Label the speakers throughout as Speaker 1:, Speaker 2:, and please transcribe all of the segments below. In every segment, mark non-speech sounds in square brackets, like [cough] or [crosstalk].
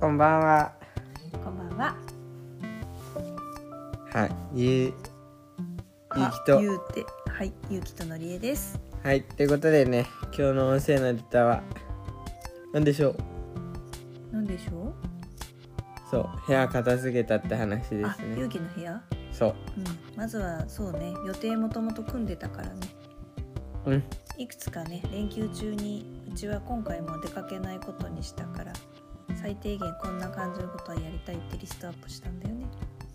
Speaker 1: こんばんは。
Speaker 2: こんばんは。
Speaker 1: はい、ゆう。ゆうき
Speaker 2: ゆ
Speaker 1: と。
Speaker 2: うて、はい、ゆうきとのりえです。
Speaker 1: はい、ってことでね、今日の音声のネタは。なんでしょう。
Speaker 2: なんでしょ
Speaker 1: そう、部屋片付けたって話
Speaker 2: う。
Speaker 1: で
Speaker 2: あ
Speaker 1: す、
Speaker 2: ゆ
Speaker 1: ね。
Speaker 2: うきの部屋。
Speaker 1: そう。
Speaker 2: うん、まずはそうね、予定もともと組んでたからね。
Speaker 1: うん、
Speaker 2: いくつかね、連休中に、うちは今回も出かけないことにしたから。最低限こんな感じのことはやりたいってリストアップしたんだよね。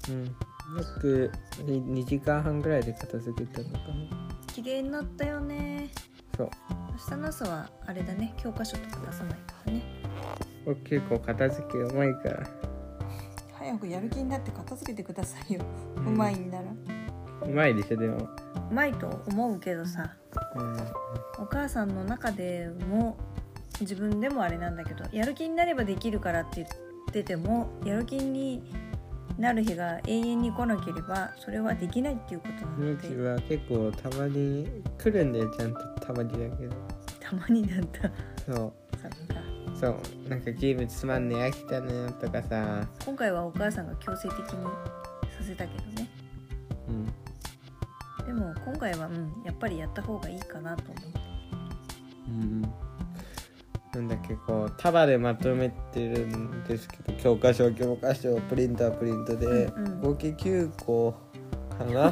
Speaker 1: うん。約に二時間半ぐらいで片付けたのかな。
Speaker 2: 綺麗になったよね。
Speaker 1: そう。
Speaker 2: 明日の朝はあれだね、教科書とか出さないからね。
Speaker 1: 僕結構片付けうまいから。
Speaker 2: 早くやる気になって片付けてくださいよ。
Speaker 1: うまい
Speaker 2: んなら。
Speaker 1: うまいでしょ、でも。
Speaker 2: うまいと思うけどさ。
Speaker 1: うん。
Speaker 2: お母さんの中でも自分でもあれなんだけどやる気になればできるからって言っててもやる気になる日が永遠に来なければそれはできないっていうことな
Speaker 1: ゆう
Speaker 2: の
Speaker 1: き
Speaker 2: で
Speaker 1: は結構たまに来るんだよ、ちゃんとたまにだけど。
Speaker 2: たまになんだ [laughs]
Speaker 1: そう。
Speaker 2: そっか
Speaker 1: そうなんかゲームつまんねえ飽きたねとかさ、
Speaker 2: 今回はお母さんが強制的にさせたけどね
Speaker 1: うん、
Speaker 2: でも今回は、うん、やっぱりやった方がいいかなと思う
Speaker 1: なんだっけこう束でまとめてるんですけど教科書教科書プリントはプリントで、
Speaker 2: うんうん
Speaker 1: 合計9個かな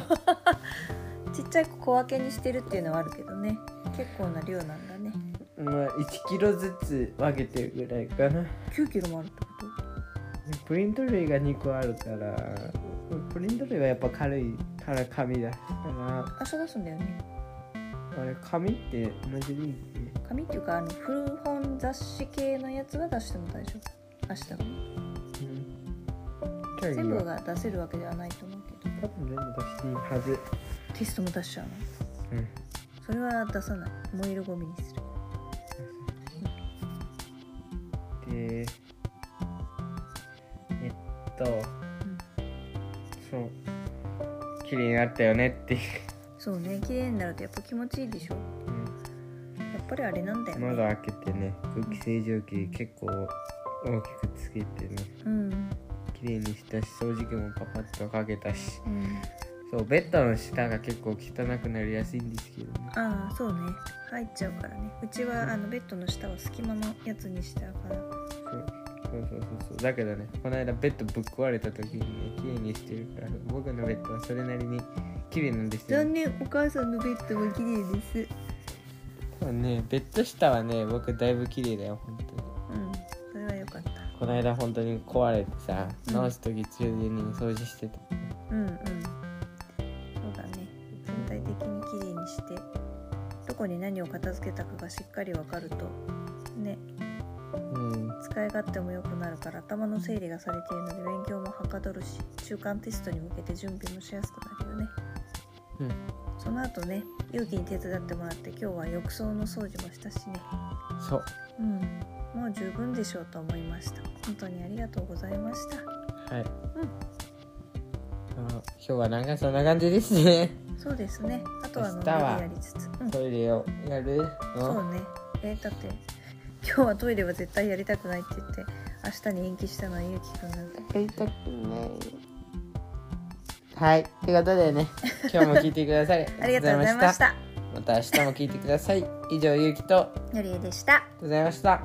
Speaker 2: ちっちゃい小分けにしてるっていうのはあるけどね結構な量なんだね
Speaker 1: まあ1キロずつ分けてるぐらいかな
Speaker 2: 9キロもあるってこ
Speaker 1: プリント類が2個あるからプリント類はやっぱ軽いから紙だから
Speaker 2: と明日出すんだよね
Speaker 1: あれ紙って同じでいいっけ
Speaker 2: 紙っていうかあの古本雑誌系のやつは出しても大丈夫明日はね
Speaker 1: うんじゃあいい
Speaker 2: 全部
Speaker 1: よ
Speaker 2: が出せるわけではないと思うけ
Speaker 1: 多
Speaker 2: ど
Speaker 1: 分全部出していいはず
Speaker 2: テストも出しちゃうの
Speaker 1: うん
Speaker 2: それは出さない燃えるゴミにする
Speaker 1: でえっと、そう綺麗になったよねっていう、
Speaker 2: そうね綺麗になるとやっぱ気持ちいいでしょやっぱりあれなんだよね、
Speaker 1: 窓開けてね空気清浄機結構大きくつけてね
Speaker 2: うん、
Speaker 1: 綺麗にしたし掃除機もパパッとかけたし
Speaker 2: うん、
Speaker 1: そうベッドの下が結構汚くなりやすいんですけどね
Speaker 2: ああそうね入っちゃうからねうちはあのベッドの下は隙間のやつにしたから
Speaker 1: そうそうそうそうそうだけどねこの間ベッドぶっ壊れた時にね綺麗にしてるから僕のベッドはそれなりに綺麗なんですよ、ね、
Speaker 2: 念お母さんのベッドは綺麗です
Speaker 1: そうねベッド下はね僕だいぶ綺麗だよ本当に
Speaker 2: うんそれは良かった
Speaker 1: この間本当に壊れてさ
Speaker 2: うん
Speaker 1: 直す時中に掃除してた、
Speaker 2: うんうんそうだね全体的にきれいにしてどこに何を片付けたかがしっかり分かるとね
Speaker 1: うん
Speaker 2: 使い勝手も良くなるから頭の整理がされているので勉強もはかどるし中間テストに向けて準備もしやすくなるよね
Speaker 1: うん
Speaker 2: その後ね勇気に手伝ってもらって今日は浴槽の掃除もしたしね
Speaker 1: そう
Speaker 2: うんもう十分でしょうと思いました本当にありがとうございました
Speaker 1: はい、あ今日はなんかそんな感じですね
Speaker 2: そうですねあとはのんびり
Speaker 1: 明日は
Speaker 2: やりつつうん
Speaker 1: トイレをやる
Speaker 2: そう
Speaker 1: の
Speaker 2: ねえーだって今日はトイレは絶対やりたくないって言って明日に延期したのはゆうきくんなんで
Speaker 1: やりたくないはいということで
Speaker 2: [laughs]
Speaker 1: ね今日も聞いてくださり
Speaker 2: ありがとうございました
Speaker 1: また明日も聞いてください以上ゆうきとありがと
Speaker 2: のりえでした
Speaker 1: うございました